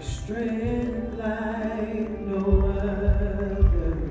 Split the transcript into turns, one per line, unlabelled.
Strength like no other.